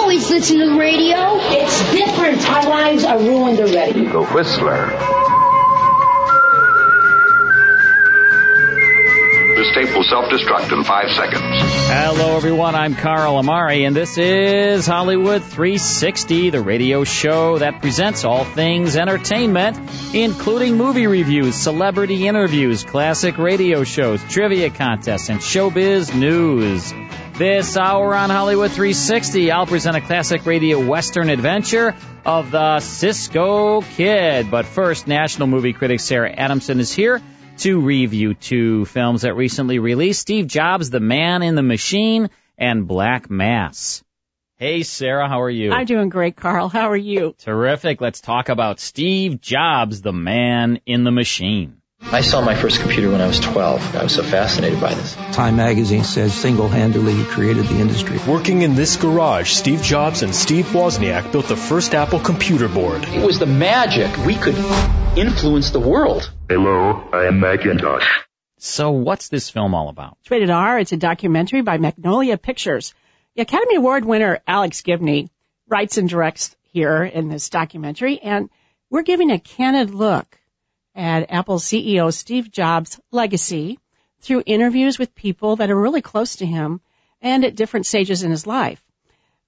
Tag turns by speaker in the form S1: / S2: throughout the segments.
S1: always listen to the radio.
S2: It's different. Our lives are ruined already.
S3: The Whistler.
S4: This tape will self-destruct in five seconds.
S5: Hello, everyone. I'm Carl Amari, and this is Hollywood 360, the radio show that presents all things entertainment, including movie reviews, celebrity interviews, classic radio shows, trivia contests, and showbiz news. This hour on Hollywood 360, I'll present a classic radio western adventure of the Cisco Kid. But first, national movie critic Sarah Adamson is here to review two films that recently released Steve Jobs, The Man in the Machine, and Black Mass. Hey, Sarah, how are you?
S6: I'm doing great, Carl. How are you?
S5: Terrific. Let's talk about Steve Jobs, The Man in the Machine.
S7: I saw my first computer when I was 12. I was so fascinated by this.
S8: Time magazine says single-handedly he created the industry.
S9: Working in this garage, Steve Jobs and Steve Wozniak built the first Apple computer board.
S10: It was the magic. We could influence the world.
S11: Hello, I am Macintosh.
S5: So what's this film all about?
S6: It's rated R. It's a documentary by Magnolia Pictures. The Academy Award winner Alex Gibney writes and directs here in this documentary, and we're giving a candid look at Apple CEO Steve Jobs' legacy through interviews with people that are really close to him and at different stages in his life.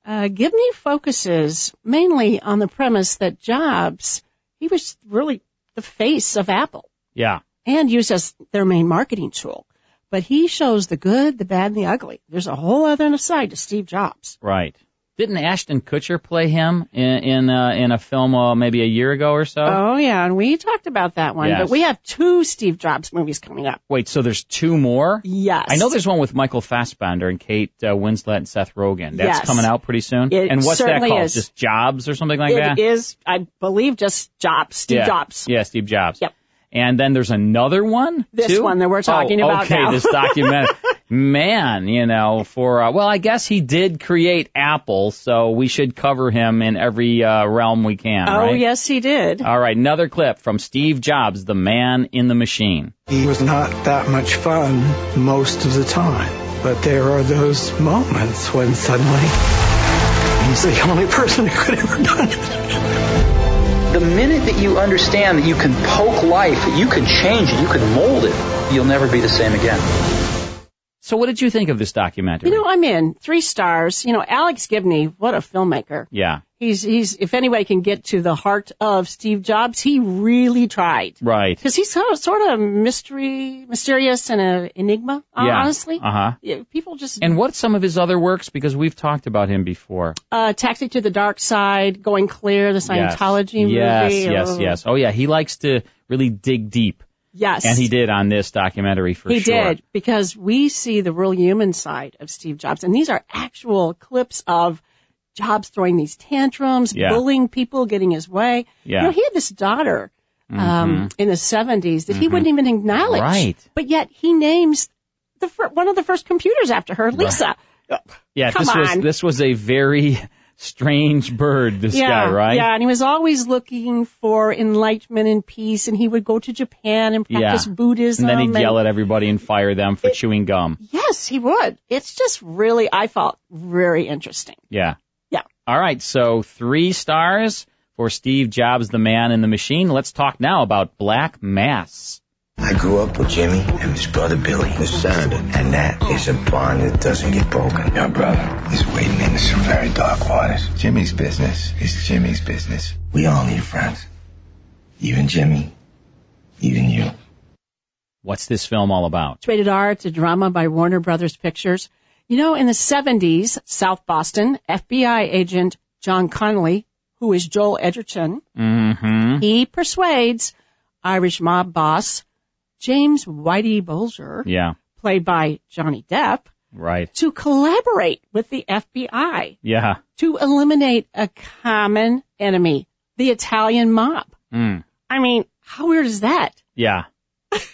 S6: Uh, Gibney focuses mainly on the premise that Jobs, he was really the face of Apple.
S5: Yeah.
S6: And used as their main marketing tool. But he shows the good, the bad, and the ugly. There's a whole other side to Steve Jobs.
S5: Right. Didn't Ashton Kutcher play him in in, uh, in a film uh, maybe a year ago or so?
S6: Oh yeah, and we talked about that one.
S5: Yes.
S6: But we have two Steve Jobs movies coming up.
S5: Wait, so there's two more?
S6: Yes.
S5: I know there's one with Michael Fassbender and Kate uh, Winslet and Seth Rogen. That's
S6: Yes.
S5: coming out pretty soon.
S6: It
S5: and what's that
S6: certainly
S5: called?
S6: is.
S5: Just Jobs or something like that?
S6: It is, I believe, just Jobs, Steve
S5: yeah.
S6: Jobs.
S5: Yeah, Steve Jobs.
S6: Yep.
S5: And then there's another one.
S6: This
S5: too?
S6: one that we're talking
S5: oh,
S6: about
S5: Okay,
S6: now.
S5: this document. Man, you know, for uh, well, I guess he did create Apple, so we should cover him in every uh, realm we can.
S6: Oh
S5: right?
S6: yes, he did.
S5: All right, another clip from Steve Jobs, the man in the machine.
S12: He was not that much fun most of the time. But there are those moments when suddenly he's the only person who could ever done it.
S10: The minute that you understand that you can poke life, that you can change it, you can mold it, you'll never be the same again.
S5: So, what did you think of this documentary?
S6: you know, I'm in three stars. You know, Alex Gibney, what a filmmaker.
S5: yeah,
S6: He's he's if anybody can get to the heart of Steve Jobs, he really tried.
S5: right.
S6: Because he's sort of, sort of mystery, mysterious and an enigma, hon-
S5: yeah.
S6: honestly.
S5: Uh huh.
S6: Yeah, people just
S5: And what's some of his other works? Because we've talked about him before.
S6: uh, Taxi to the Dark Side, Going Clear, the Scientology
S5: yes.
S6: movie.
S5: Yes,
S6: oh.
S5: yes, yes. Oh yeah, he likes to really dig deep,
S6: Yes.
S5: and he did on this documentary for
S6: He
S5: sure.
S6: did because we see the real human side of Steve Jobs, and these are actual clips of Jobs throwing these tantrums,
S5: Yeah.
S6: bullying people, getting his way.
S5: Yeah. Mm-hmm.
S6: You know, he had this daughter um, in the 70s that he wouldn't even acknowledge.
S5: Right.
S6: But yet he names the fir- one of the first computers after her, Lisa.
S5: Yeah,
S6: Come
S5: this was
S6: on.
S5: this was a very strange bird. This
S6: yeah,
S5: guy, right?
S6: Yeah, and he was always looking for enlightenment and peace, and he would go to Japan and
S5: Yeah.
S6: practice Buddhism.
S5: And then he'd yell at everybody and fire them for chewing gum.
S6: Yes, he would. It's just really, I felt very interesting.
S5: Yeah.
S6: Yeah.
S5: All right. So three stars for Steve Jobs, the man in the machine. Let's talk now about Black Mass.
S13: I grew up with Jimmy and his brother Billy, the senator, and that is a bond that doesn't get broken.
S14: Your brother is wading into some very dark waters. Jimmy's business is Jimmy's business.
S13: We all need friends. Even Jimmy. Even you.
S5: What's this film all about?
S6: It's rated R. It's a drama by Warner Brothers Pictures. You know, in the 70s, South Boston, FBI agent John Connolly, who is Joel Edgerton,
S5: Mm-hmm.
S6: he persuades Irish mob boss James Whitey Bulger,
S5: Yeah.
S6: played by Johnny Depp,
S5: Right.
S6: to collaborate with the FBI.
S5: Yeah.
S6: to eliminate a common enemy, the Italian mob.
S5: Mm.
S6: I mean, how weird is that?
S5: Yeah.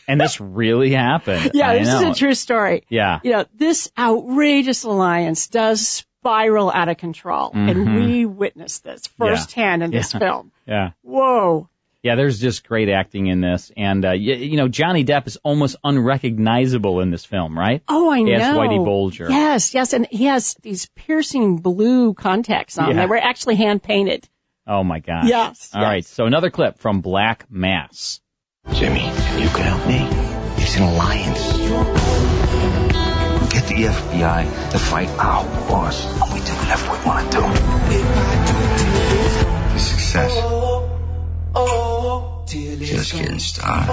S5: And this really happened.
S6: Yeah,
S5: I
S6: this
S5: know.
S6: is a true story.
S5: Yeah.
S6: You know, this outrageous alliance does spiral out of control, and
S5: Mhm.
S6: we witnessed this firsthand in this
S5: Yeah.
S6: film.
S5: Yeah.
S6: Whoa.
S5: Yeah, there's just great acting in this, and uh, you, you know Johnny Depp is almost unrecognizable in this film, right?
S6: Oh, I know.
S5: As Whitey Bulger.
S6: Yes, yes, and he has these piercing blue contacts on.
S5: Yeah.
S6: They were actually hand painted.
S5: Oh my gosh.
S6: Yes,
S5: All right. So another clip from Black Mass.
S13: Jimmy, you can help me. It's an alliance. Get the FBI to fight our boss. We do left we want to do. For success. Just getting started.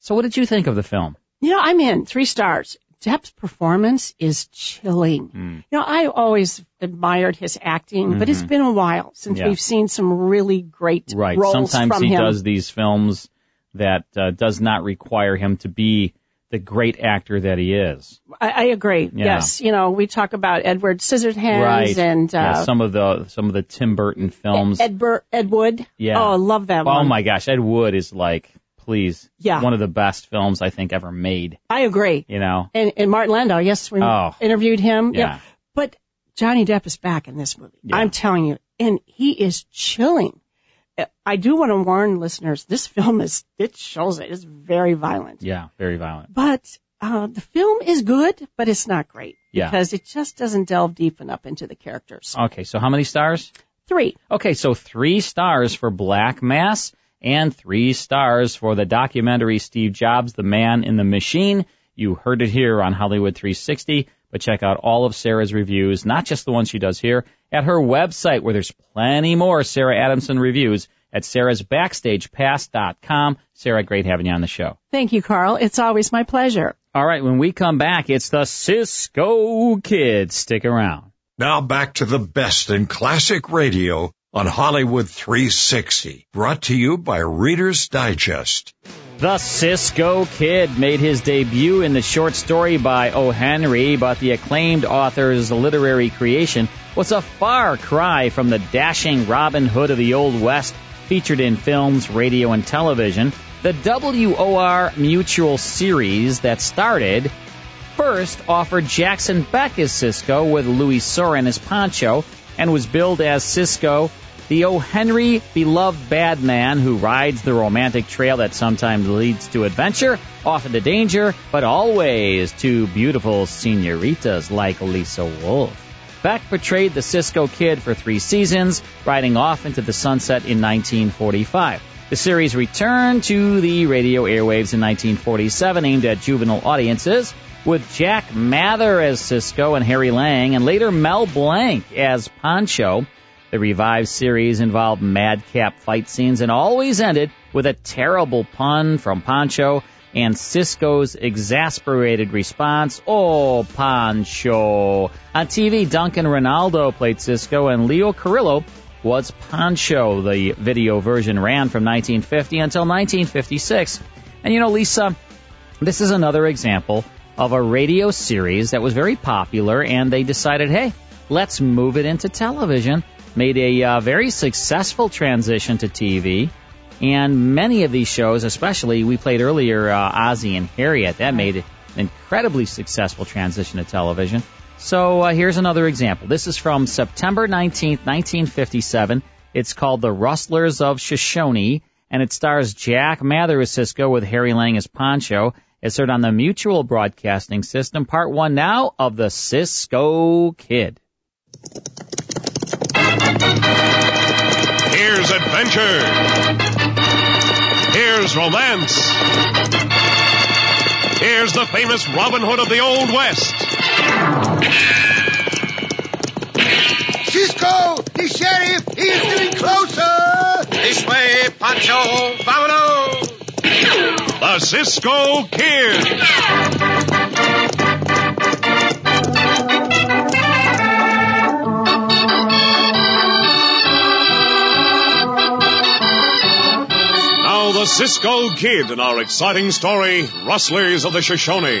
S5: So what did you think of the film?
S6: You know, I'm in three stars. Depp's performance is chilling.
S5: Hmm.
S6: You know, I always admired his acting, but it's
S5: Mhm.
S6: been a while since
S5: Yeah.
S6: we've seen some really great
S5: Right.
S6: roles
S5: Sometimes
S6: from
S5: he
S6: him.
S5: does these films that uh, does not require him to be the great actor that he is.
S6: I, I agree.
S5: Yeah.
S6: Yes, you know, we talk about Edward Scissorhands
S5: right.
S6: and uh,
S5: yeah, some of the some of the Tim Burton films.
S6: Ed, Bur- Ed Wood.
S5: Yeah.
S6: Oh, I love that
S5: oh
S6: one.
S5: my gosh, Ed Wood is like, please,
S6: Yeah.
S5: one of the best films I think ever made.
S6: I agree.
S5: You know.
S6: And, and Martin Landau, yes, we
S5: Oh.
S6: interviewed him.
S5: Yeah.
S6: But Johnny Depp is back in this movie. I'm telling you. And he is chilling. Uh, I do want to warn listeners, this film is, it shows it. It's very violent.
S5: Yeah, very violent.
S6: But uh, the film is good, but it's not great.
S5: Yeah.
S6: Because it just doesn't delve deep enough into the characters.
S5: Okay, so how many stars?
S6: Three.
S5: Okay, so three stars for Black Mass and three stars for the documentary Steve Jobs, The Man in the Machine. You heard it here on Hollywood 360, but check out all of Sarah's reviews, not just the ones she does here, at her website where there's plenty more Sarah Adamson reviews at sarahsbackstagepass.com. Sarah, great having you on the show.
S6: Thank you, Carl. It's always my pleasure.
S5: All right, when we come back, it's the Cisco Kids. Stick around.
S15: Now back to the best in classic radio on Hollywood 360, brought to you by Reader's Digest.
S5: The Cisco Kid made his debut in the short story by O. Henry, but the acclaimed author's literary creation was a far cry from the dashing Robin Hood of the Old West featured in films, radio, and television. The WOR Mutual series that started first offered Jackson Beck as Cisco with Louis Soren as Pancho and was billed as Cisco, the O. Henry beloved bad man who rides the romantic trail that sometimes leads to adventure, often to danger, but always to beautiful senoritas like Lisa Wolf. Beck portrayed the Cisco Kid for three seasons, riding off into the sunset in 1945. The series returned to the radio airwaves in 1947, aimed at juvenile audiences, with Jack Mather as Cisco and Harry Lang, and later Mel Blanc as Pancho. The revived series involved madcap fight scenes and always ended with a terrible pun from Pancho and Cisco's exasperated response, Oh, Pancho. On TV, Duncan Ronaldo played Cisco and Leo Carrillo was Pancho. The video version ran from 1950 until 1956. And you know, Lisa, this is another example of a radio series that was very popular, and they decided, hey, let's move it into television. Made a uh, very successful transition to TV, and many of these shows, especially we played earlier, uh, Ozzy and Harriet, that made an incredibly successful transition to television. So uh, here's another example. This is from September 19th, 1957. It's called The Rustlers of Shoshone, and it stars Jack Mather as Cisco with Harry Lang as Pancho. It's heard on the Mutual Broadcasting System, part one now of The Cisco Kid.
S3: Here's adventure. Here's romance. Here's the famous Robin Hood of the Old West.
S16: Cisco, the sheriff, he is getting closer.
S3: This way, Pancho. Vámonos. The Cisco Kid. Now the Cisco Kid in our exciting story, Rustlers of the Shoshone.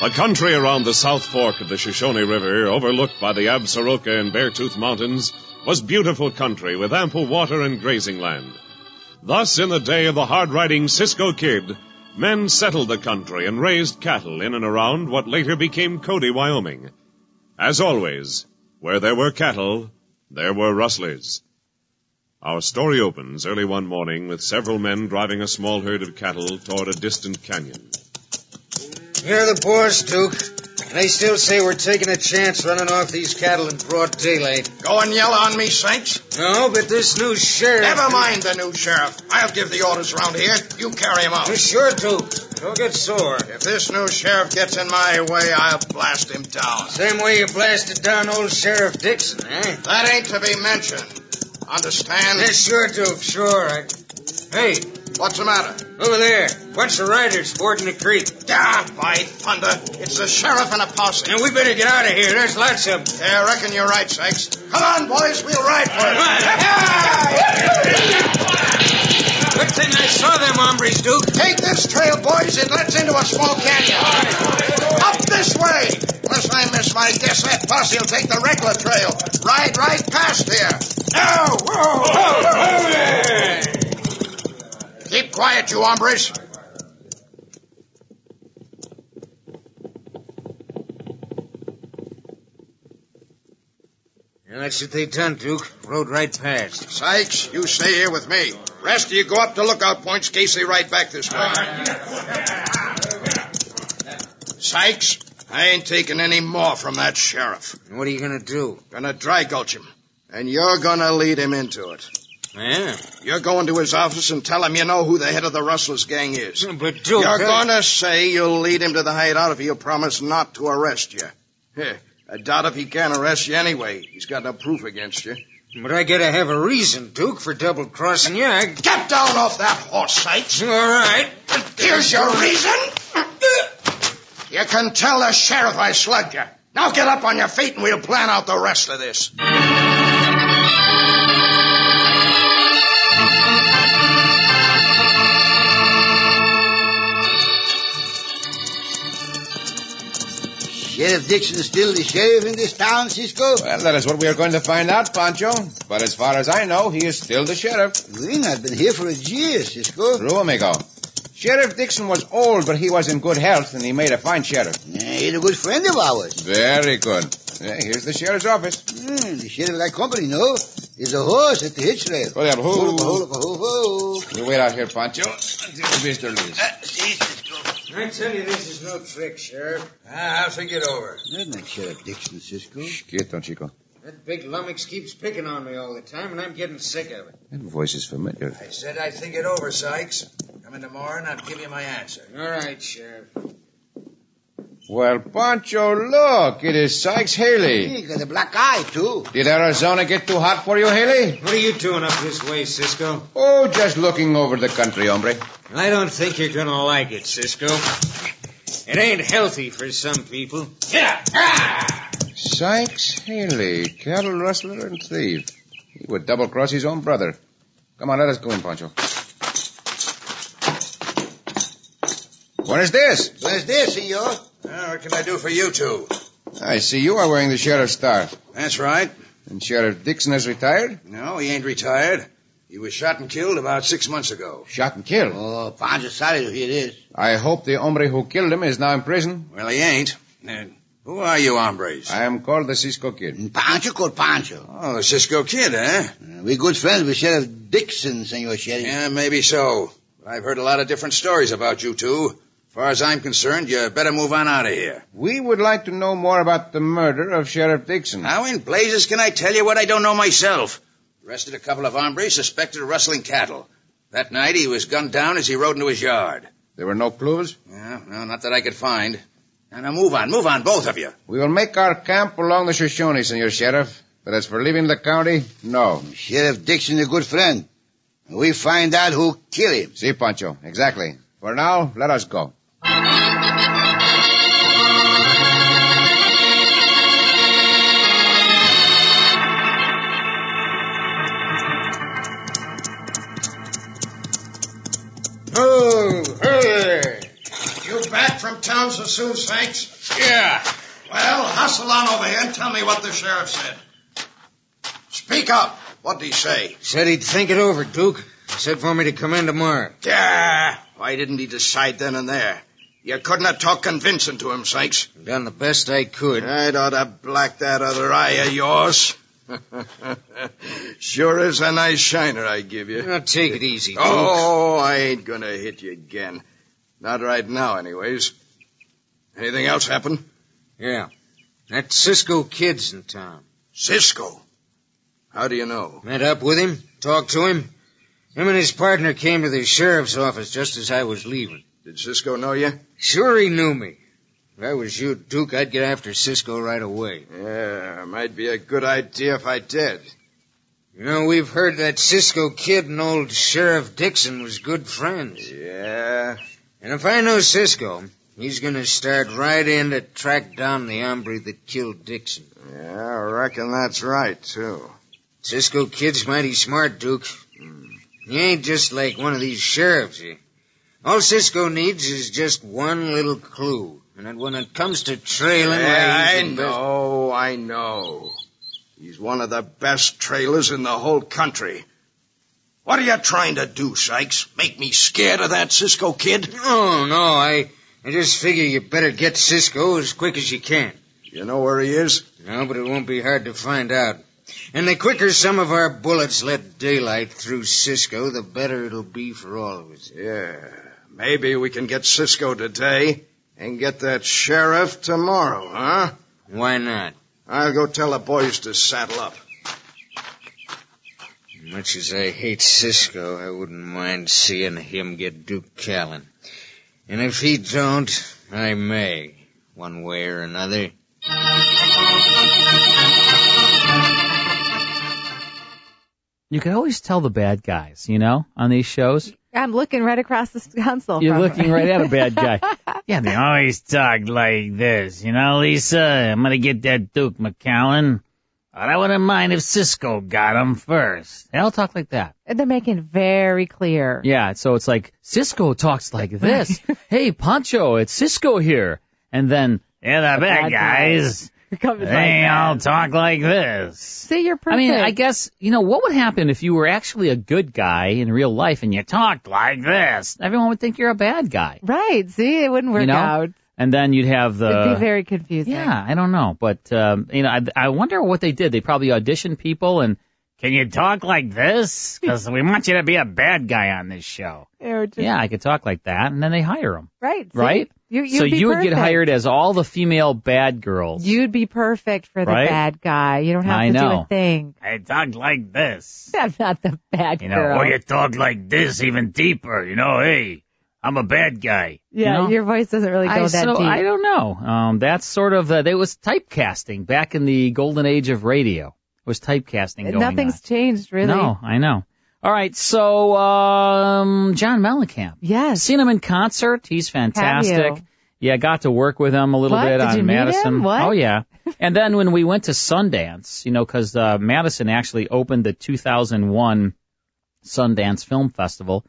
S3: The country around the South Fork of the Shoshone River, overlooked by the Absaroka and Beartooth Mountains, was beautiful country with ample water and grazing land. Thus, in the day of the hard riding Cisco Kid, men settled the country and raised cattle in and around what later became Cody, Wyoming. As always, where there were cattle, there were rustlers. Our story opens early one morning with several men driving a small herd of cattle toward a distant canyon.
S17: Here are the boys, Duke. They still say we're taking a chance running off these cattle in broad daylight.
S18: Go and yell on me, Sinks.
S17: No, but this new sheriff.
S18: Never mind the new sheriff. I'll give the orders around here. You carry him out.
S17: You sure, Duke. Don't get sore.
S18: If this new sheriff gets in my way, I'll blast him down.
S17: Same way you blasted down old Sheriff Dixon, eh?
S18: That ain't to be mentioned. Understand?
S17: Yeah, sure, Duke, sure. I... Hey,
S18: What's the matter?
S17: Over there. Bunch of riders fording the creek.
S18: Ah, by thunder. It's the sheriff and a posse.
S17: And we better get out of here. There's lots of them.
S18: Yeah, I reckon you're right, Sykes. Come on, boys. We'll ride for
S17: it. Good thing I saw them hombres, Duke.
S18: Take this trail, boys. It lets into a small canyon. Up this way. Unless I miss my guess, that posse will take the regular trail. Ride right past here. Now! Whoa! whoa, whoa. Keep quiet, you hombres.
S17: Yeah, that's what they done, Duke. Rode right past.
S18: Sykes, you stay here with me. Rest of you go up to lookout points in case they ride back this way. Sykes, I ain't taking any more from that sheriff.
S17: What are you gonna do?
S18: Gonna dry gulch him. And you're gonna lead him into it.
S17: Yeah.
S18: You're going to his office and tell him you know who the head of the Rustlers gang is.
S17: But Duke,
S18: you're going to say you'll lead him to the hideout if he'll promise not to arrest you. Heh. I doubt if he can arrest you anyway. He's got no proof against you.
S17: But I gotta have a reason, Duke, for double crossing you. I...
S18: Get down off that horse, Sykes.
S17: All right.
S18: Here's your reason. You can tell the sheriff I slugged you. Now get up on your feet and we'll plan out the rest of this.
S19: Sheriff Dixon still the sheriff in this town, Cisco?
S20: Well, that is what we are going to find out, Pancho. But as far as I know, he is still the sheriff.
S19: We not been here for a year, Cisco.
S20: True, amigo. Sheriff Dixon was old, but he was in good health, and he made a fine sheriff.
S19: Yeah, he's a good friend of ours.
S20: Very good. Yeah, here's the sheriff's office.
S19: Mm, the sheriff like company, no? There's a horse at the hitch rail.
S20: Hold up,
S19: hold up, hold
S20: up, You wait out here, Pancho. Until Mr. Lewis.
S19: Uh, see, Cisco.
S17: I tell you, this is no trick, Sheriff. Ah, I'll think it over.
S19: Isn't that Sheriff Dixon, Cisco?
S20: Shh, quieto, chico.
S17: That big lummox keeps picking on me all the time, and I'm getting sick of it.
S20: That voice is familiar.
S17: I said I'd think it over, Sykes. Come in tomorrow, and I'll give you my answer. All right, Sheriff.
S20: Well, Pancho, look, it is Sykes Haley.
S19: He got a black eye, too.
S20: Did Arizona get too hot for you, Haley?
S17: What are you doing up this way, Cisco?
S20: Oh, just looking over the country, hombre.
S17: I don't think you're gonna like it, Cisco. It ain't healthy for some people. Yeah! Ah!
S20: Sykes Haley, cattle rustler and thief. He would double cross his own brother. Come on, let us go in, Pancho. What is this?
S19: What is this, senor?
S17: Now, what can I do for you two?
S20: I see you are wearing the sheriff's star.
S17: That's right.
S20: And Sheriff Dixon has retired?
S17: No, he ain't retired. He was shot and killed about six months ago.
S20: Shot and killed?
S19: Oh, Pancho, sorry to hear this.
S20: I hope the hombre who killed him is now in prison.
S17: Well, he ain't. Uh, who are you hombres? Mm,
S20: I am called the Cisco Kid.
S19: Pancho called Pancho.
S17: Oh, the Cisco Kid, eh?
S19: Uh, we're good friends with Sheriff Dixon, senor sheriff.
S17: Yeah, maybe so. I've heard a lot of different stories about you two. As far as I'm concerned, you better move on out of here.
S20: We would like to know more about the murder of Sheriff Dixon.
S17: How in blazes can I tell you what I don't know myself? Arrested a couple of hombres suspected of rustling cattle. That night he was gunned down as he rode into his yard.
S20: There were no clues?
S17: Yeah, no, not that I could find. Now, now move on, move on, both of you.
S20: We will make our camp along the Shoshone, Senor Sheriff. But as for leaving the county, no.
S19: Sheriff Dixon is a good friend. We find out who killed him.
S20: See, si, Pancho, exactly. For now, let us go.
S17: Oh, hey.
S21: Oh,
S18: You back from town, soon, Saints?
S3: Yeah.
S18: Well, hustle on over here and tell me what the sheriff said. Speak up. What'd he say?
S21: Said he'd think it over, Duke. Said for me to come in tomorrow.
S18: Yeah. Why didn't he decide then and there? You couldn't have talked convincing to him, Saints.
S21: Done the best I could.
S18: I'd ought to black that other eye of yours. sure is a nice shiner I give you.
S21: Now take it easy, Duke.
S18: Oh, I ain't gonna hit you again. Not right now, anyways. Anything else happen?
S21: Yeah. That Cisco kid's in town.
S18: Cisco? How do you know?
S21: Met up with him, talked to him. Him and his partner came to the sheriff's office just as I was leaving.
S18: Did Cisco know you?
S21: Sure he knew me. If I was you, Duke, I'd get after Cisco right away.
S18: Yeah, might be a good idea if I did.
S21: You know, we've heard that Cisco kid and old Sheriff Dixon was good friends.
S18: Yeah.
S21: And if I know Cisco, he's gonna start right in to track down the hombre that killed Dixon.
S18: Yeah, I reckon that's right, too.
S21: Cisco kid's mighty smart, Duke. He ain't just like one of these sheriffs. He. All Cisco needs is just one little clue. And when it comes to trailing,
S18: yeah, I know, best... I know. He's one of the best trailers in the whole country. What are you trying to do, Sykes? Make me scared of that Cisco kid?
S21: No, Oh, no, I, I just figure you better get Cisco as quick as you can.
S18: You know where he is?
S21: No, but it won't be hard to find out. And the quicker some of our bullets let daylight through Cisco, the better it'll be for all of us.
S18: Yeah. Maybe we can get Cisco today and get that sheriff tomorrow, huh?
S21: Why not?
S18: I'll go tell the boys to saddle up.
S21: Much as I hate Cisco, I wouldn't mind seeing him get Duke Callan. And if he don't, I may, one way or another.
S5: You can always tell the bad guys, you know, on these shows.
S22: I'm looking right across the console.
S5: You're
S22: from
S5: looking
S22: her.
S5: right at a bad guy. yeah, they always talk like this, you know, Lisa. I'm gonna get that Duke McCallan. But I wouldn't mind if Cisco got him first. They all talk like that.
S22: And they're making it very clear.
S5: Yeah, so it's like Cisco talks like this. hey, Pancho, it's Cisco here. And then they're the, the bad, bad, guys. guys. They like all talk like this.
S22: See, you're perfect.
S5: I mean, I guess, you know, what would happen if you were actually a good guy in real life and you talked like this? Everyone would think you're a bad guy.
S22: Right. See, it wouldn't work you know? out.
S5: And then you'd have the.
S22: It'd be very confusing.
S5: Uh, Yeah, I don't know. But, um, you know, I, I wonder what they did. They probably auditioned people and, can you talk like this? Because we want you to be a bad guy on this show.
S22: Just...
S5: Yeah, I could talk like that. And then they hire him.
S22: Right. See?
S5: Right?
S22: You,
S5: so you
S22: perfect.
S5: would get hired as all the female bad girls.
S22: You'd be perfect for the right? bad guy. You don't have
S5: I
S22: to
S5: know.
S22: do a thing.
S5: I talk like this.
S22: I'm not the bad
S5: you
S22: girl.
S5: know, Or you talk like this even deeper. You know, hey, I'm a bad guy. you
S22: Yeah,
S5: know?
S22: your voice doesn't really go
S5: I,
S22: that
S5: so,
S22: deep.
S5: I don't know. Um, that's sort of uh, it was typecasting back in the golden age of radio. It was typecasting going
S22: Nothing's
S5: on.
S22: changed really.
S5: No, I know. All right, so um, John Mellencamp.
S22: Yes.
S5: Seen him in concert. He's
S22: Have
S5: fantastic.
S22: you?
S5: Yeah, got to work with him a little
S22: What?
S5: bit
S22: Did
S5: on
S22: you meet
S5: Madison.
S22: him? What?
S5: Oh yeah. and then when we went to Sundance, you know, because uh, Madison actually opened the 2001 Sundance Film Festival,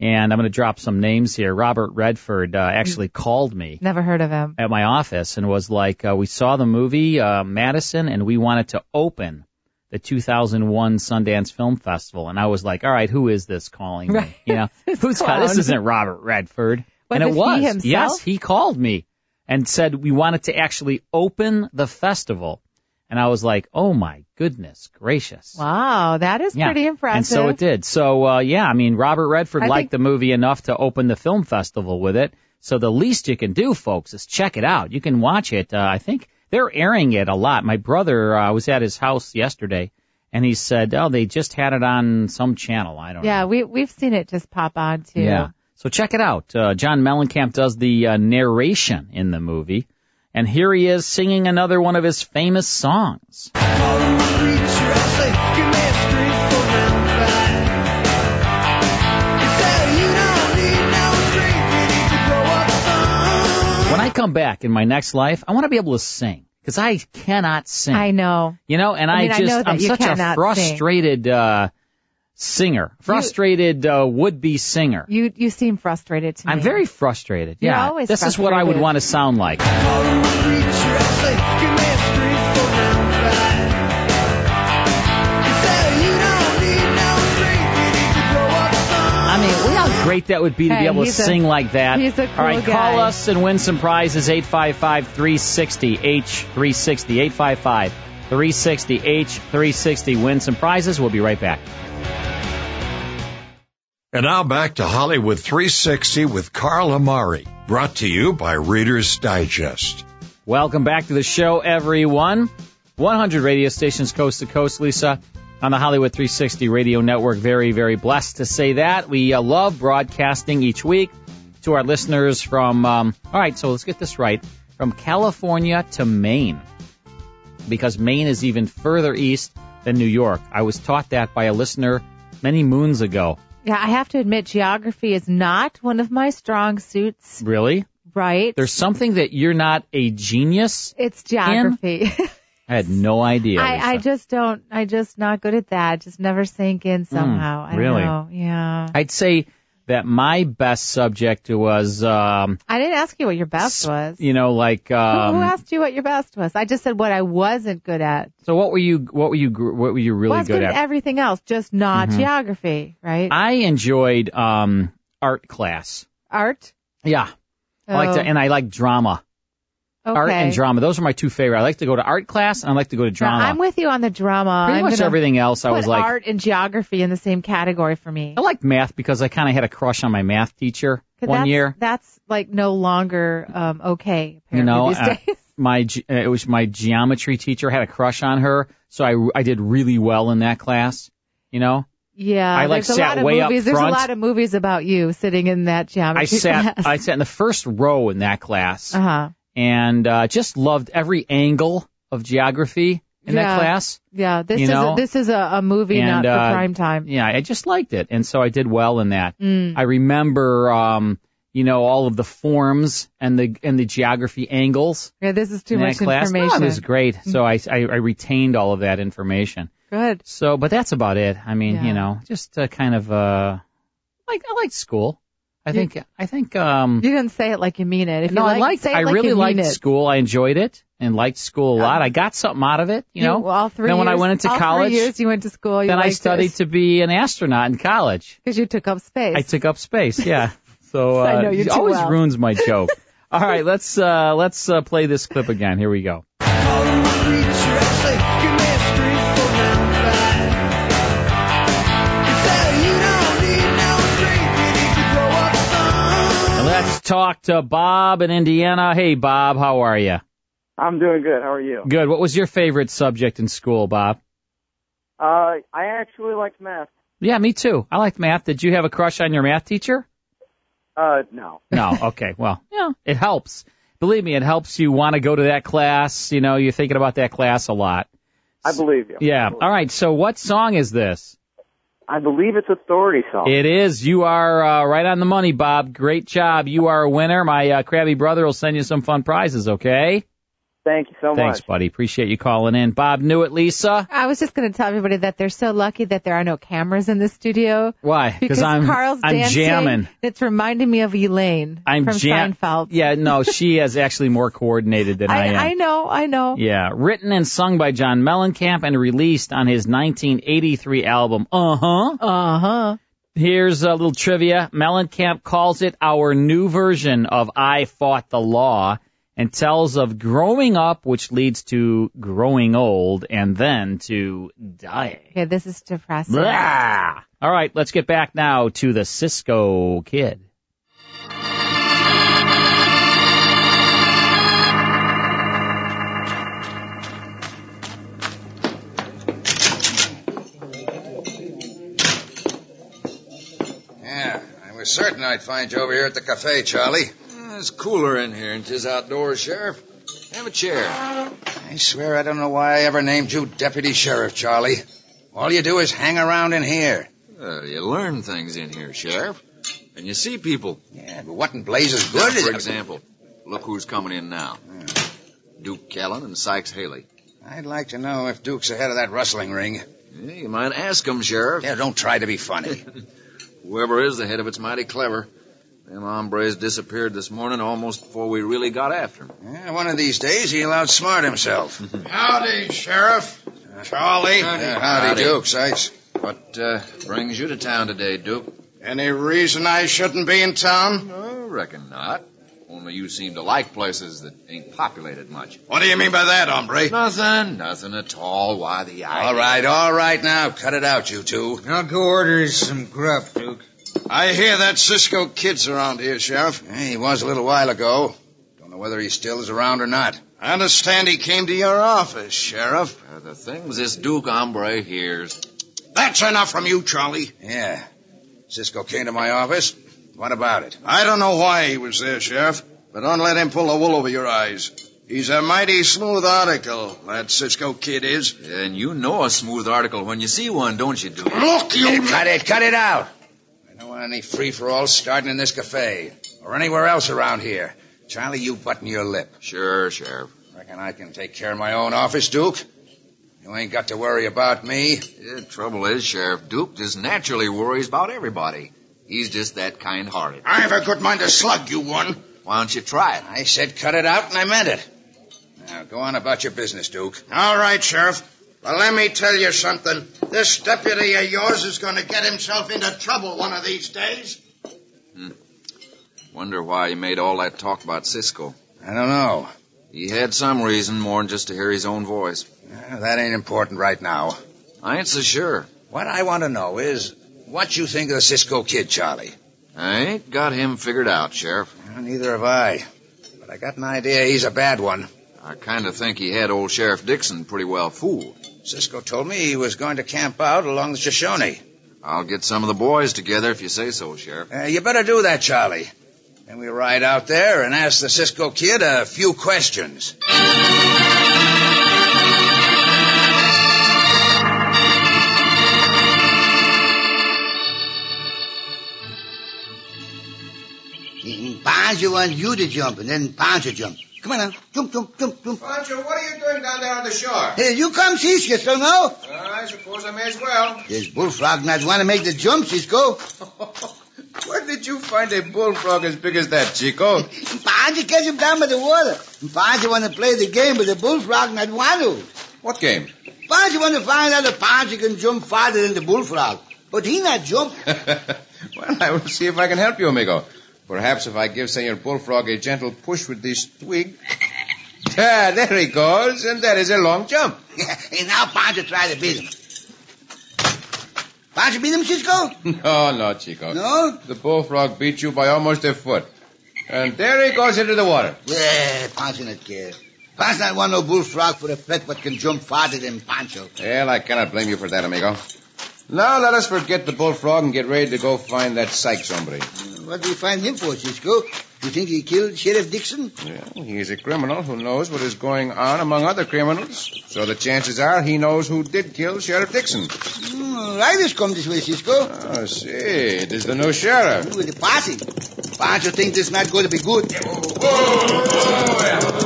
S5: and I'm going to drop some names here. Robert Redford uh,
S22: Mm.
S5: actually called me
S22: Never heard of him.
S5: at my office and was like, uh, "We saw the movie uh, Madison, and we wanted to open." The 2001 Sundance Film Festival, and I was like, "All right, who is this calling me?
S22: Right.
S5: You know,
S22: This
S5: who's
S22: clown.
S5: this isn't Robert Redford?"
S22: Was
S5: and
S22: it
S5: it
S22: he
S5: was.
S22: himself?
S5: Yes, he called me and said we wanted to actually open the festival, and I was like, "Oh my goodness gracious!"
S22: Wow, that is
S5: Yeah.
S22: pretty impressive.
S5: And so it did. So uh, yeah, I mean, Robert Redford
S22: I
S5: liked
S22: think-
S5: the movie enough to open the film festival with it. So the least you can do, folks, is check it out. You can watch it. Uh, I think they're airing it a lot. My brother, uh, I was at his house yesterday, and he said, "Oh, they just had it on some channel. I don't
S22: Yeah,
S5: know."
S22: we we've seen it just pop on too.
S5: Yeah. So check it out. Uh, John Mellencamp does the uh, narration in the movie, and here he is singing another one of his famous songs. When I come back in my next life, I want to be able to sing because I cannot sing.
S22: I know.
S5: You know, and
S22: I
S5: I,
S22: mean, I
S5: just
S22: know that
S5: I'm
S22: you
S5: such a
S22: cannot sing.
S5: frustrated uh singer, frustrated uh, would-be singer.
S22: You you seem frustrated to me.
S5: I'm very frustrated.
S22: You're
S5: Yeah,
S22: always
S5: this is what I would
S22: frustrated.
S5: want to sound like. I mean, look how great that would be to
S22: Hey,
S5: be able to
S22: he's a-
S5: sing like that.
S22: he's a
S5: All right,
S22: cool
S5: call
S22: guy.
S5: us and win some prizes. 855-360-H360. 855-360-H360. Win some prizes. We'll be right back.
S15: And now back to Hollywood 360 with Carl Amari, brought to you by Reader's Digest.
S5: Welcome back to the show, everyone. 100 radio stations coast to coast, Lisa, on the Hollywood 360 Radio Network. Very, very blessed to say that. We uh, love broadcasting each week to our listeners from, um, all right, so let's get this right, from California to Maine, because Maine is even further east than New York. I was taught that by a listener many moons ago.
S22: Yeah, I have to admit, geography is not one of my strong suits.
S5: Really?
S22: Right?
S5: There's something that you're not a genius?
S22: It's geography.
S5: I had no idea. Lisa.
S22: I, I just don't. I just not good at that. Just never sink in somehow. I don't
S5: Hmm, really?
S22: know. Yeah.
S5: I'd say that my best subject was, um,
S22: I didn't ask you what your best was.
S5: you know, like.
S22: Who-
S5: Um,
S22: Who asked you what your best was? I just said what I wasn't good at.
S5: So what were you? What were you? gr- What were you really
S22: well, I was
S5: good
S22: good
S5: at?
S22: everything else, just not
S5: Mhm.
S22: geography, right?
S5: I enjoyed um, art class.
S22: Art.
S5: Yeah, I like to,
S22: Oh.
S5: and I like drama. Art
S22: Okay.
S5: and drama; those are my two favorite. I like to go to art class and I like to go to
S22: Now,
S5: drama.
S22: I'm with you on the drama.
S5: Pretty
S22: I'm
S5: much
S22: gonna
S5: everything else, I
S22: put
S5: was like-
S22: art and geography in the same category for me.
S5: I liked math because I kind of had a crush on my math teacher
S22: 'Cause
S5: one
S22: that's,
S5: year.
S22: That's like no longer um, okay. Apparently
S5: you know,
S22: these
S5: uh,
S22: days.
S5: my ge- uh, it was my geometry teacher had a crush on her, so I I did really well in that class. You know,
S22: Yeah,
S5: I, like,
S22: there's a
S5: sat
S22: lot of
S5: way up
S22: movies. there's
S5: front.
S22: a lot of movies about you sitting in that geometry
S5: I sat
S22: class.
S5: I sat in the first row in that class
S22: Uh huh.
S5: and uh, just loved every angle of geography in
S22: Yeah.
S5: that class.
S22: Yeah, this
S5: You
S22: is
S5: know?
S22: a, this is a, a movie
S5: And,
S22: not for
S5: uh,
S22: prime time.
S5: Yeah, I just liked it, and so I did well in that.
S22: Mm.
S5: I remember, um, you know, all of the forms and the and the geography angles.
S22: Yeah, this is too
S5: in that
S22: much
S5: class. No,
S22: information.
S5: it was great. So I, I I retained all of that information.
S22: Good.
S5: So, but that's about it. I mean,
S22: Yeah.
S5: you know, just uh, kind of uh, like I liked school. I think I think um.
S22: You didn't say it like you mean it. If
S5: no,
S22: you like,
S5: I liked.
S22: Say it
S5: I
S22: like
S5: really
S22: you mean
S5: liked
S22: it.
S5: school. I enjoyed it and liked school a lot. I got something out of it, you know.
S22: well, all three
S5: then when I
S22: years-
S5: went into
S22: all
S5: college,
S22: three years you went to school. You
S5: then I studied to be an astronaut in college.
S22: because you took up space.
S5: I took up space. Yeah. So uh,
S22: I know you
S5: it
S22: too
S5: always
S22: well.
S5: ruins my joke. All right, let's uh, let's uh, play this clip again. Here we go. And Let's talk to Bob in Indiana. Hey, Bob, how are you?
S23: I'm doing good. How are you?
S5: Good. What was your favorite subject in school, Bob?
S23: Uh, I actually liked math.
S5: Yeah, me too. I liked math. Did you have a crush on your math teacher?
S23: Uh, no.
S5: No. Okay. Well, yeah, it helps. Believe me, it helps you want to go to that class. You know, you're thinking about that class a lot.
S23: I believe you.
S5: Yeah. All right. So, what song is this?
S23: I believe it's Authority song.
S5: It is. You are uh, right on the money, Bob. Great job. You are a winner. My uh, crabby brother will send you some fun prizes. Okay.
S23: Thank you so
S5: Thanks,
S23: much.
S5: buddy. Appreciate you calling in. Bob knew it, Lisa.
S22: I was just going to tell everybody that they're so lucky that there are no cameras in the studio
S5: Why?
S22: because
S5: I'm
S22: Carl's
S5: I'm
S22: dancing.
S5: jamming.
S22: It's reminding me of Elaine
S5: I'm
S22: from
S5: jam-
S22: Seinfeld.
S5: Yeah, no, she is actually more coordinated than I, am.
S22: I know, I know.
S5: Yeah, written and sung by John Mellencamp and released on his 1983 album, Uh Huh.
S22: Uh huh.
S5: Here's a little trivia. Mellencamp calls it our new version of I Fought the Law and tells of growing up, which leads to growing old and then to dying.
S22: Okay, this is depressing.
S5: Blah. All right, let's get back now to the Cisco Kid.
S17: Yeah, I was certain I'd find you over here at the cafe, Charlie.
S18: Uh, It's cooler in here and tis outdoors, Sheriff. Have a chair.
S17: I swear I don't know why I ever named you deputy sheriff, Charlie. All you do is hang around in here.
S18: Well, Uh, you learn things in here, Sheriff. And you see people.
S17: Yeah, but what in blazes good is
S18: For example, look who's coming in now.
S17: Hmm.
S18: Duke Kellen and Sykes Haley.
S17: I'd like to know if Duke's ahead of that rustling ring.
S2: You might ask him, Sheriff.
S17: Yeah, don't try to be funny.
S2: Whoever is the head of it's mighty clever. Them hombres disappeared this morning almost before we really got after them.
S17: Yeah, one of these days he'll outsmart himself.
S18: Howdy, Sheriff. Charlie.
S17: Howdy, howdy Duke.
S18: Sykes.
S2: What uh, brings you to town today, Duke?
S18: Any reason I shouldn't be in town?
S2: I reckon not. Only you seem to like places that ain't populated much.
S18: What do you mean by that, hombre?
S2: Nothing, nothing at all. Why the idea?
S17: All right, all right now. Cut it out, you two.
S18: I'll go order some grub, Duke. I hear that Cisco kid's around here, Sheriff.
S17: Hey, he was a little while ago. Don't know whether he still is around or not.
S18: I understand he came to your office, Sheriff.
S2: Uh, the things this Duke hombre hears.
S18: That's enough from you, Charlie.
S17: Yeah. Cisco came to my office. What about it?
S18: I don't know why he was there, Sheriff, but don't let him pull the wool over your eyes. He's a mighty smooth article, that Cisco kid is.
S2: And you know a smooth article when you see one, don't you, Duke?
S18: Look, you...
S17: Cut it, cut it out. I don't want any free-for-all starting in this cafe or anywhere else around here. Charlie, you button your lip.
S2: Sure, Sheriff.
S17: Reckon I can take care of my own office, Duke. You ain't got to worry about me.
S2: The trouble is, Sheriff, Duke just naturally worries about everybody. He's just that kind-hearted.
S18: I've a good mind to slug you one.
S2: Why don't you try it?
S17: I said cut it out, and I meant it. Now, go on about your business, Duke.
S18: All right, Sheriff. But let me tell you something. This deputy of yours is going to get himself into trouble one of these days.
S2: Hmm. Wonder why he made all that talk about Cisco.
S17: I don't know.
S2: He had some reason more than just to hear his own voice.
S17: Uh, that ain't important right now.
S2: I ain't so sure.
S17: What I want to know is what you think of the Cisco kid, Charlie.
S2: I ain't got him figured out, Sheriff.
S17: Well, neither have I. But I got an idea he's a bad one.
S2: I kind of think he had old Sheriff Dixon pretty well fooled.
S17: Cisco told me he was going to camp out along the Shoshone.
S2: I'll get some of the boys together if you say so, Sheriff.
S17: Uh, you better do that, Charlie. Then we ride out there and ask the Cisco kid a few questions.
S19: Pancho wants Hmm, you to jump, and then Pancho jump. Come on now. Jump, jump, jump, jump.
S18: Pancho, what are you doing down there on the shore?
S19: Hey, you come, see, Cisco, no?
S18: Uh, I suppose I may as well.
S19: This bullfrog not want to make the jump, Cisco.
S18: Where did you find a bullfrog as big as that, Chico?
S19: Pancho catch him down by the water. Pancho want to play the game, but the bullfrog not want to.
S18: What game?
S19: Pancho want to find out if Pancho can jump farther than the bullfrog. But he not jump.
S20: well, I will see if I can help you, amigo. Perhaps if I give Senor Bullfrog a gentle push with this twig. ah, there he goes, and that is a long jump.
S19: and now Pancho try to beat him. Pancho beat him, Cisco?
S20: No, no, Chico.
S19: No?
S20: The bullfrog beat you by almost a foot. And there he goes into the water.
S19: Yeah, Pancho not care. Pancho not want no bullfrog for a pet but can jump farther than Pancho.
S20: Well, I cannot blame you for that, amigo. Now let us forget the bullfrog and get ready to go find that Sykes hombre.
S19: What do you find him for, Cisco? You think he killed Sheriff Dixon?
S20: Well, he is a criminal who knows what is going on among other criminals. So the chances are he knows who did kill Sheriff Dixon.
S19: Mm, riders come this way, Cisco.
S20: Oh, see, it is the new sheriff.
S19: With the posse. Pancho think this not going to be good.
S20: Well,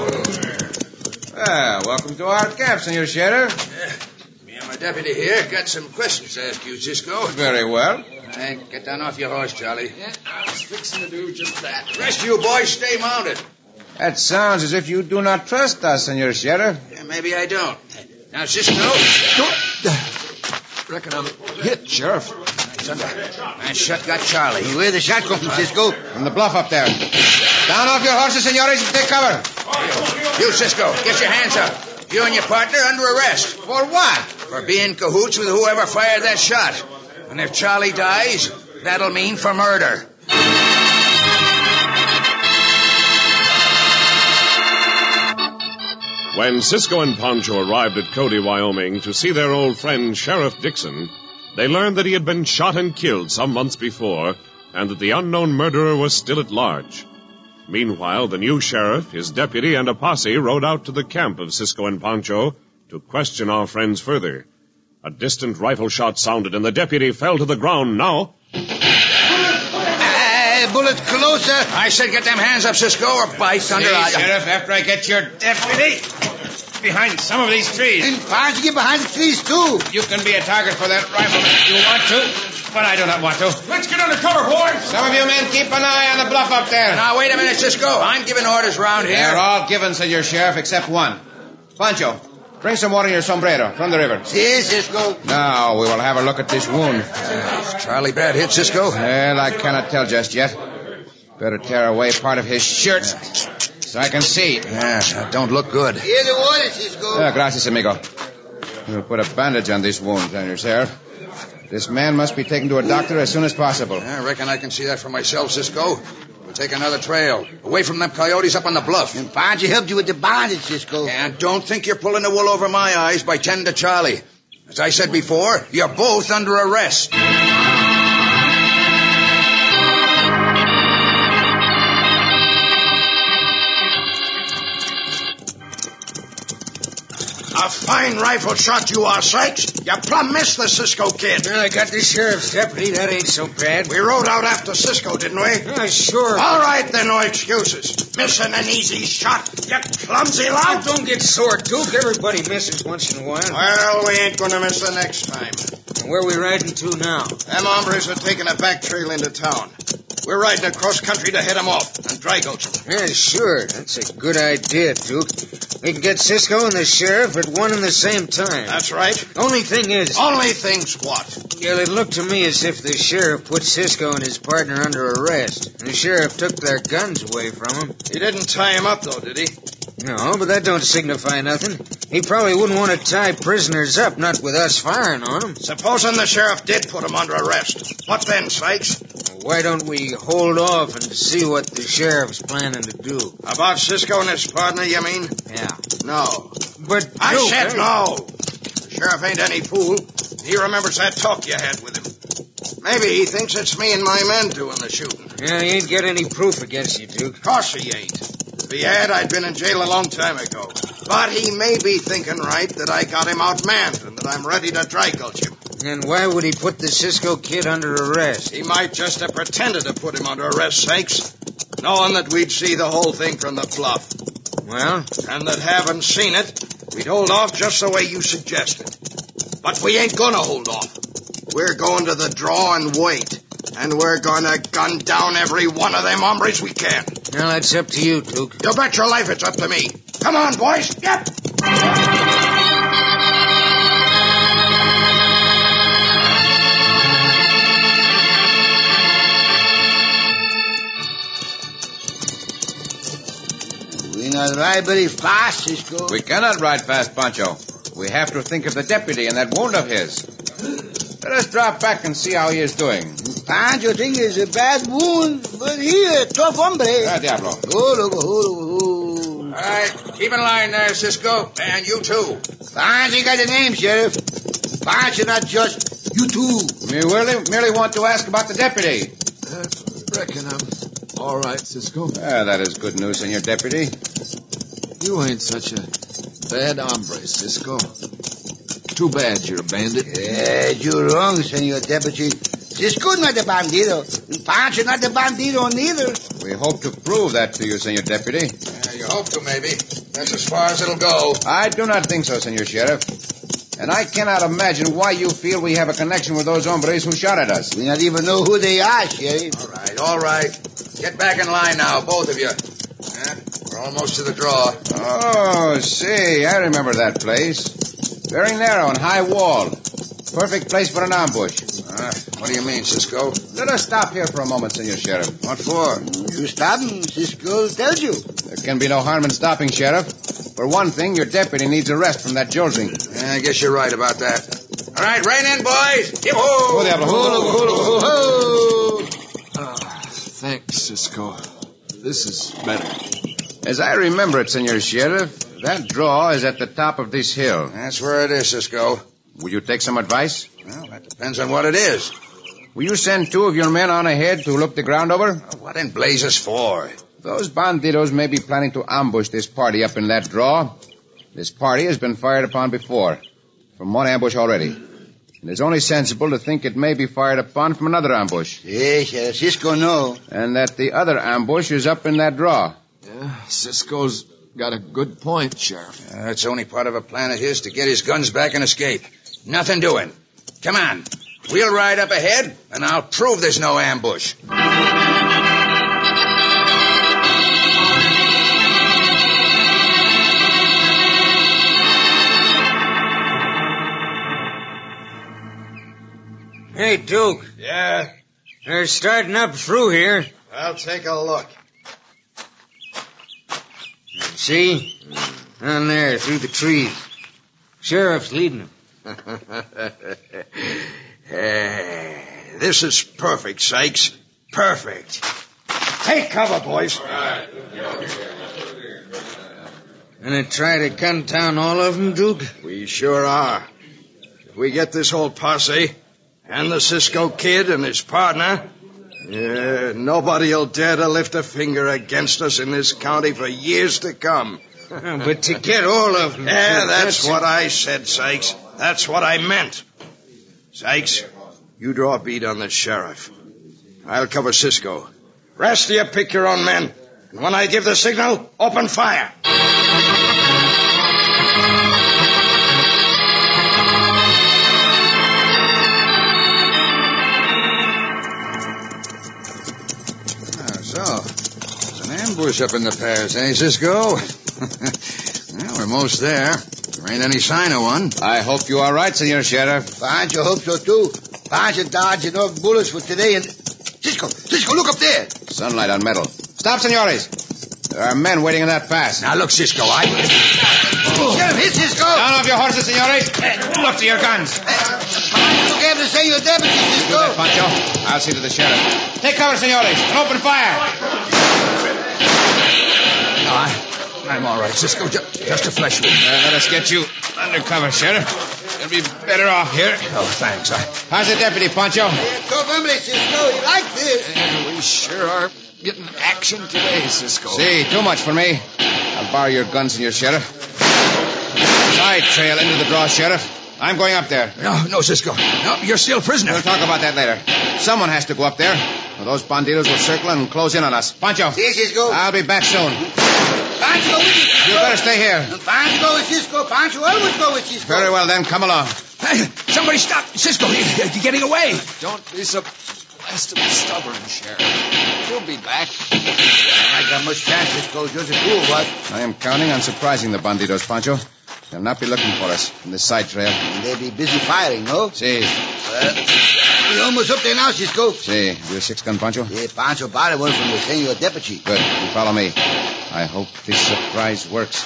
S20: Ah, welcome to our camp, Senor Sheriff.
S17: Me and my deputy here got some questions to ask you, Cisco.
S20: Very well.
S17: Hey, get down off your horse, Charlie.
S2: Yeah, I was fixing to do just that.
S17: The rest of you boys stay mounted.
S20: That sounds as if you do not trust us, Senor Sheriff.
S17: Yeah, maybe I don't. Now, Cisco.
S2: Reckon I'm hit, Sheriff.
S17: That shot got Charlie.
S19: Where the shot come from, Cisco?
S20: From the bluff up there. Down off your horses, senores, and take cover.
S17: You, Cisco, get your hands up. You and your partner under arrest.
S20: For what?
S17: For being cahoots with whoever fired that shot. And if Charlie dies, that'll mean for murder.
S3: When Cisco and Poncho arrived at Cody, Wyoming to see their old friend Sheriff Dixon, they learned that he had been shot and killed some months before and that the unknown murderer was still at large. Meanwhile, the new sheriff, his deputy, and a posse rode out to the camp of Cisco and Poncho to question our friends further. A distant rifle shot sounded, and the deputy fell to the ground. Now,
S19: Hey, Eh, bullet closer.
S17: I said get them hands up, Cisco, or by thunder.
S20: Hey,
S17: I...
S20: Sheriff, after I get your deputy. behind some of these trees.
S19: And Paz, get behind the trees, too.
S20: You can be a target for that rifle if you want to, but I do not want to. Let's get under cover, boys. Some of you men keep an eye on the bluff up there.
S18: Now, wait a minute, Cisco. I'm giving orders round here.
S20: They're all given, Senor Sheriff, except one. Pancho, bring some water in your sombrero from the river.
S19: See, Cisco.
S20: Now we will have a look at this wound.
S18: Is Charlie bad hit, Cisco?
S20: Well, I cannot tell just yet. Better tear away part of his shirt so I can see.
S18: Yeah, that don't look good.
S19: Here's the water, Cisco.
S20: Ah, gracias, amigo. We'll put a bandage on this wound, on yourself. This man must be taken to a doctor as soon as possible.
S18: I reckon I can see that for myself, Cisco. We'll take another trail. Away from them coyotes up on the bluff.
S19: And Paz, you helped you with the bondage, Cisco.
S18: And don't think you're pulling the wool over my eyes by tending to Charlie. As I said before, you're both under arrest. A fine rifle shot you are, Sykes. You plumb missed the Cisco kid.
S21: Well, I got the sheriff's deputy. That ain't so bad.
S18: We rode out after Cisco, didn't we?
S21: Yeah, sure.
S18: All right, then, no excuses. Missing an easy shot, you clumsy lout.
S21: Don't get sore, Duke. Everybody misses once in a while.
S18: Well, we ain't gonna miss the next time.
S21: And where we riding to now?
S18: Them hombres are taking a back trail into town. We're riding across country to head 'em off on Dragos.
S21: Yeah, sure. That's a good idea, Duke. We can get Cisco and the sheriff at one and the same time.
S18: That's right.
S21: Only thing is...
S18: Only thing's what?
S21: Well, it looked to me as if the sheriff put Cisco and his partner under arrest. And the sheriff took their guns away from them.
S18: He didn't tie him up, though, did he?
S21: No, but that don't signify nothing. He probably wouldn't want to tie prisoners up, not with us firing on them.
S18: Supposing the sheriff did put him under arrest. What then, Sykes?
S21: Why don't we hold off and see what the sheriff's planning to do?
S18: About Cisco and his partner, you mean?
S21: Yeah.
S18: No.
S21: But
S18: I
S21: Duke,
S18: said
S21: hey.
S18: no. The sheriff ain't any fool. He remembers that talk you had with him. Maybe he thinks it's me and my men doing the shooting.
S21: Yeah, he ain't got any proof against you, Duke.
S18: Of course he ain't. If he had, I'd been in jail a long time ago. But he may be thinking right that I got him outmanned and that I'm ready to dry gulch him.
S21: And why would he put the Cisco kid under arrest?
S18: He might just have pretended to put him under arrest, Sakes, knowing that we'd see the whole thing from the bluff.
S21: Well,
S18: And that having seen it, we'd hold off just the way you suggested. But we ain't gonna hold off. We're going to the draw and wait. And we're gonna gun down every one of them hombres we can.
S21: now that's up to you, Duke.
S18: You bet your life it's up to me. Come on, boys. Yep.
S19: We not ride very fast, Cisco.
S20: We cannot ride fast, Pancho. We have to think of the deputy and that wound of his. Let us drop back and see how he is doing.
S19: Pancho think it's a bad wound, but he a tough hombre.
S20: Ah, Diablo.
S19: Oh, look, oh, look, oh.
S18: All right, keep in line there, Cisco, and you too.
S19: Pancho got a name, Sheriff. Pancho not just you two.
S20: We merely, merely want to ask about the deputy.
S17: Uh, reckon I'm all right, Cisco.
S20: Ah, that is good news, Senor Deputy.
S17: You ain't such a bad hombre, Cisco. Too bad you're a bandit.
S19: Yeah, you're Eh, wrong, Senor Deputy. Cisco not a bandito. And Pancho not a bandito neither.
S20: We hope to prove that to you, Senor Deputy.
S18: Yeah, you hope to, maybe. That's as far as it'll go.
S20: I do not think so, Senor Sheriff. And I cannot imagine why you feel we have a connection with those hombres who shot at us.
S19: We not even know who they are, Sheriff.
S18: All right, all right. Get back in line now, both of you. Yeah, we're almost to the draw.
S20: Oh, see, I remember that place. Very narrow and high wall. Perfect place for an ambush.
S18: Uh, what do you mean, Cisco?
S20: Let us stop here for a moment, Senor Sheriff.
S18: What for?
S19: You stop him, Cisco tells you.
S20: There can be no harm in stopping, Sheriff. For one thing, your deputy needs a rest from that jolting.
S18: Yeah, I guess you're right about that. All right, rein in, boys. Yip-ho!
S20: Oh, Diablo.
S17: Ah, thanks, Cisco. This is better.
S20: As I remember it, Senor Sheriff, that draw is at the top of this hill.
S18: That's where it is, Cisco.
S20: Will you take some advice?
S18: Well, that depends on what it is.
S20: Will you send two of your men on ahead to look the ground over?
S18: What in blazes for?
S20: Those bandidos may be planning to ambush this party up in that draw. This party has been fired upon before, from one ambush already. And it's only sensible to think it may be fired upon from another ambush,
S19: Yes, Sheriff. Cisco no.
S20: and that the other ambush is up in that draw.
S17: Yeah, Cisco's Got a good point, Sheriff. That's Uh, only part of a plan of his to get his guns back and escape. Nothing doing. Come on. We'll ride up ahead, and I'll prove there's no ambush.
S21: Hey, Duke.
S18: Yeah?
S21: They're starting up through here.
S18: I'll take a look.
S21: See?
S18: Hmm.
S21: Down there, through the trees. Sheriff's leading
S18: Eh, this is perfect, Sykes. Perfect. Take cover, boys.
S21: Gonna try to gun down all of them, Duke?
S18: We sure are. If we get this whole posse and the Cisco kid and his partner, yeah, nobody'll dare to lift a finger against us in this county for years to come.
S21: but to get all of 'em,
S18: Yeah, that's
S21: Duke, that's-
S18: what I said, Sykes. That's what I meant. Sykes, you draw a bead on the sheriff. I'll cover Cisco. Rest of you pick your own men. And when I give the signal, open fire.
S20: so, there's an ambush up in the pass, eh, Cisco? well, we're most there. There ain't any sign of one. I hope you are right, Senor Sheriff.
S19: Barnes, I hope so too. Barnes are dodging off bullets for today and. Cisco, Cisco, look up there.
S20: Sunlight on metal. Stop, senores! There are men waiting in that pass. Now, look, Cisco, I...
S19: Sheriff, hit Cisco.
S20: Down off your horses, senores! Look to your guns!
S19: You have to say your deputy, Cisco.
S20: Pancho, I'll see to the sheriff. Take cover, senores, and open fire!
S1: I, I'm all right, Cisco. Just, just a flesh wound.
S20: Uh,
S1: let us get you under cover, Sheriff. You'll be better off here. Oh, thanks. I...
S20: How's the deputy,
S19: Come
S20: Pancho?
S19: on, Cisco. You like this?
S18: We sure are getting action today, Cisco.
S20: See, too much for me. I'll borrow your guns and your sheriff. Side trail into the draw, sheriff. I'm going up there. No, no, Cisco. No, you're still prisoner. We'll talk about that later. Someone has to go up there. Or those bandidos will circle and close in on us. Pancho.
S19: Yes, Cisco.
S20: I'll be back soon.
S19: Barnes, go with you, Cisco.
S20: You better stay here.
S19: Barnes, go with Cisco. Barnes, I would go with Cisco.
S20: Very well, then. Come along.
S1: Somebody stop Cisco. You're getting away.
S17: Don't be so blasted stubborn, Sheriff. We'll be back.
S19: I got much chance, Cisco. Just a fool, what?
S20: I am counting on surprising the bandidos, Pancho. They'll not be looking for us from this side trail.
S19: They'll be busy firing, no?
S20: See,
S19: we almost up there now, Cisco.
S20: see. Your six gun, Pancho?
S19: Yeah, Pancho borrowed one from the senior deputy.
S20: Good. You follow me. I hope this surprise works.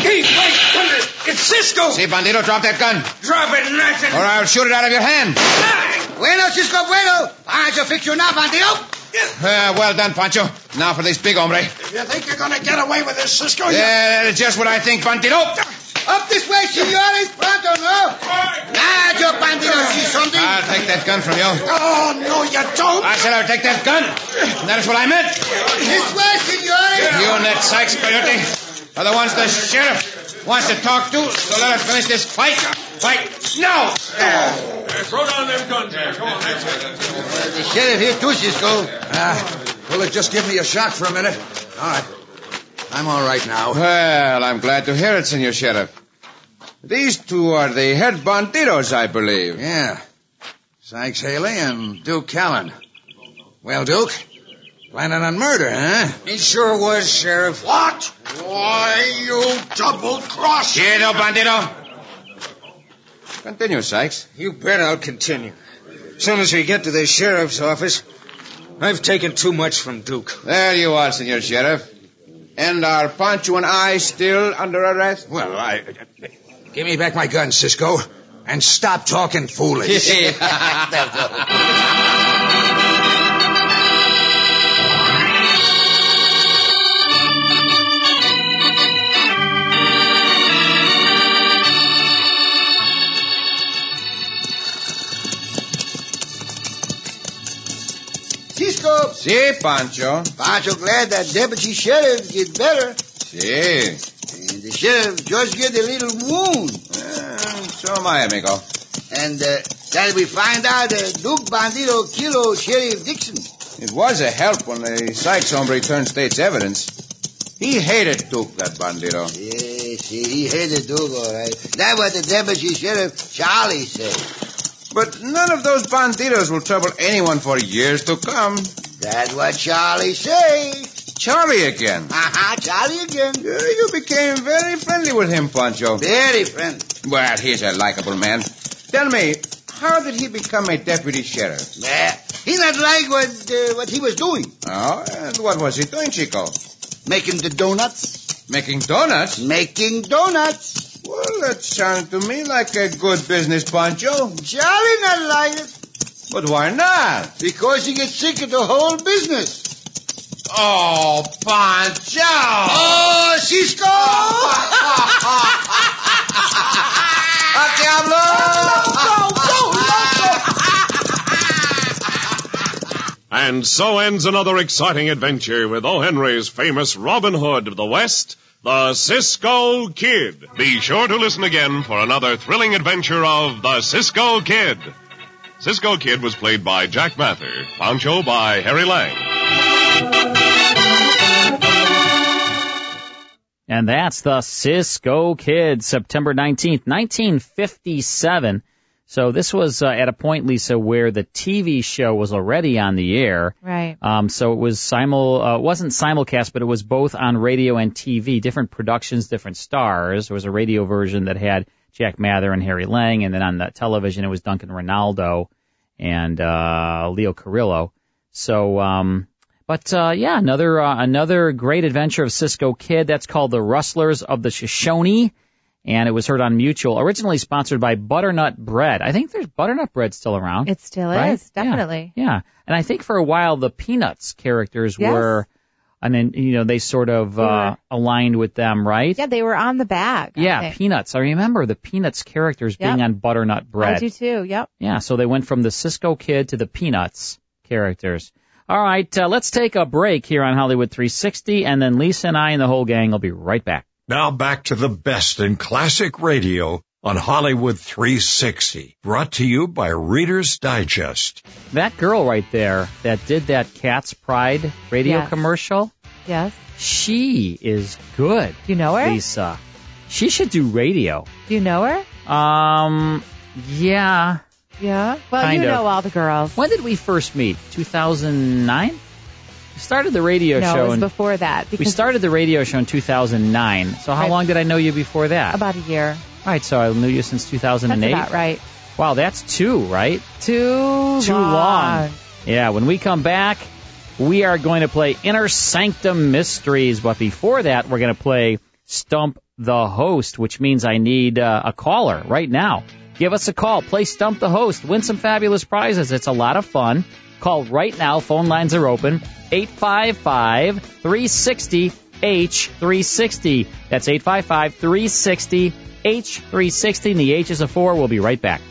S18: Hey, my goodness, it's Cisco!
S20: See, Bandito, drop that gun,
S18: Drop it, nothing!
S20: or I'll shoot it out of your hand.
S19: Bueno, Cisco, bueno. Pancho, fix you now, Bandito.
S20: Uh, well done, Pancho. Now for this big hombre.
S18: If you think you're gonna get away with this, Cisco, you-
S20: Yeah, that's just what I think, Bandito.
S19: Up this way, senores. Pronto, no. Now, yo, Bandito, see something?
S20: I'll take that gun from you.
S18: Oh, no, you don't!
S20: I said I'll take that gun. That is what I meant.
S19: This way, senores.
S20: You and that Sykes coyote are the ones the sheriff wants to talk to, so let us finish this fight. Fight now.
S3: Throw down them guns there. Come on, that's it.
S19: The sheriff here too, Cisco.
S18: Ah, well, it just give me a shock for a minute. All right. I'm all right now.
S20: Well, I'm glad to hear it, Senor Sheriff. These two are the head banditos, I believe.
S18: Yeah. Sykes Haley and Duke Callan. Well, Duke, planning on murder, huh?
S21: He sure was, Sheriff.
S18: What? Why, you double-crossed...
S20: Quieto, bandito. Continue, Sykes.
S21: You bet I'll continue. Soon as we get to the sheriff's office, I've taken too much from Duke.
S20: There you are, Senor Sheriff. And are Pancho and I still under arrest?
S18: Well, I... uh, Give me back my gun, Cisco, and stop talking foolish.
S19: Cisco.
S20: Si, Pancho.
S19: Pancho glad that deputy sheriff get better.
S20: Si.
S19: And the sheriff just get a little wound.
S20: Eh, So am I, amigo.
S19: And uh, that we find out uh, Duke Bandito killed Sheriff Dixon.
S20: It was a help when the Sykes hombre turned state's evidence. He hated Duke, that bandito.
S19: Yeah, see, he hated Duke, all right. That what the deputy sheriff Charlie said.
S20: But none of those banditos will trouble anyone for years to come.
S19: That's what Charlie say.
S20: Charlie again.
S19: Aha, Charlie again.
S20: Yeah, you became very friendly with him, Pancho.
S19: Very friendly.
S20: Well, he's a likable man. Tell me, how did he become a deputy sheriff?
S19: Nah, he not like what uh, what he was doing.
S20: Oh, and what was he doing, Chico?
S19: Making the donuts.
S20: Making donuts?
S19: Making donuts.
S20: Well, that sounds to me like a good business, Pancho.
S19: Charlie not like it.
S20: But why not?
S19: Because he gets sick of the whole business.
S20: Oh, Pancho!
S19: Oh, Cisco!
S3: And so ends another exciting adventure with O. Henry's famous Robin Hood of the West, the Cisco Kid. Be sure to listen again for another thrilling adventure of the Cisco Kid. Cisco Kid was played by Jack Mather, Pancho by Harry Lang.
S5: And that's the Cisco Kid, September 19th, 1957. So this was uh, at a point, Lisa, where the TV show was already on the air.
S22: Right.
S5: Um, so it was simul, uh, it wasn't simulcast, but it was both on radio and TV, different productions, different stars. There was a radio version that had Jack Mather and Harry Lang, and then on the television it was Duncan Ronaldo and, uh, Leo Carrillo. So, um, but, uh, yeah, another, uh, another great adventure of Cisco Kid. That's called The Rustlers of the Shoshone. And it was heard on Mutual, originally sponsored by Butternut Bread. I think there's Butternut Bread still around.
S22: It still
S5: Right?
S22: is, definitely.
S5: Yeah, and I think for a while the Peanuts characters
S22: Yes.
S5: were, and then you know they sort of uh, aligned with them, right?
S22: Yeah, they were on the back. I
S5: Yeah,
S22: think.
S5: Peanuts. I remember the Peanuts characters
S22: Yep.
S5: being on butternut bread.
S22: I do too. Yep.
S5: Yeah, so they went from the Cisco Kid to the Peanuts characters. All right, uh, let's take a break here on Hollywood 360, and then Lisa and I and the whole gang will be right back.
S15: Now back to the best in classic radio on Hollywood 360, brought to you by Reader's Digest.
S5: That girl right there that did that Cat's Pride radio
S22: Yes.
S5: commercial,
S22: Yes.
S5: she is good.
S22: Do you know her?
S5: Lisa. She should do radio.
S22: Do you know her?
S5: Um, yeah.
S22: Yeah. Well,
S5: Kind
S22: you
S5: of.
S22: know all the girls.
S5: When did we first meet? 2009? We started the radio
S22: no,
S5: show
S22: it was
S5: in,
S22: before that.
S5: we
S22: Because
S5: started the radio show in 2009. So how
S22: Right.
S5: long did I know you before that?
S22: about a year.
S5: All right, so I knew you since
S22: That's
S5: 2008.
S22: about right.
S5: Wow, that's two, right?
S22: Too
S5: Too long. Yeah, when we come back, we are going to play Inner Sanctum Mysteries. But before that, we're going to play Stump the Host, which means I need uh, a caller right now. Give us a call. Play Stump the Host. Win some fabulous prizes. It's a lot of fun. Call right now. Phone lines are open. 855 360 H360. That's 855 360 H360. And the H is a 4. We'll be right back.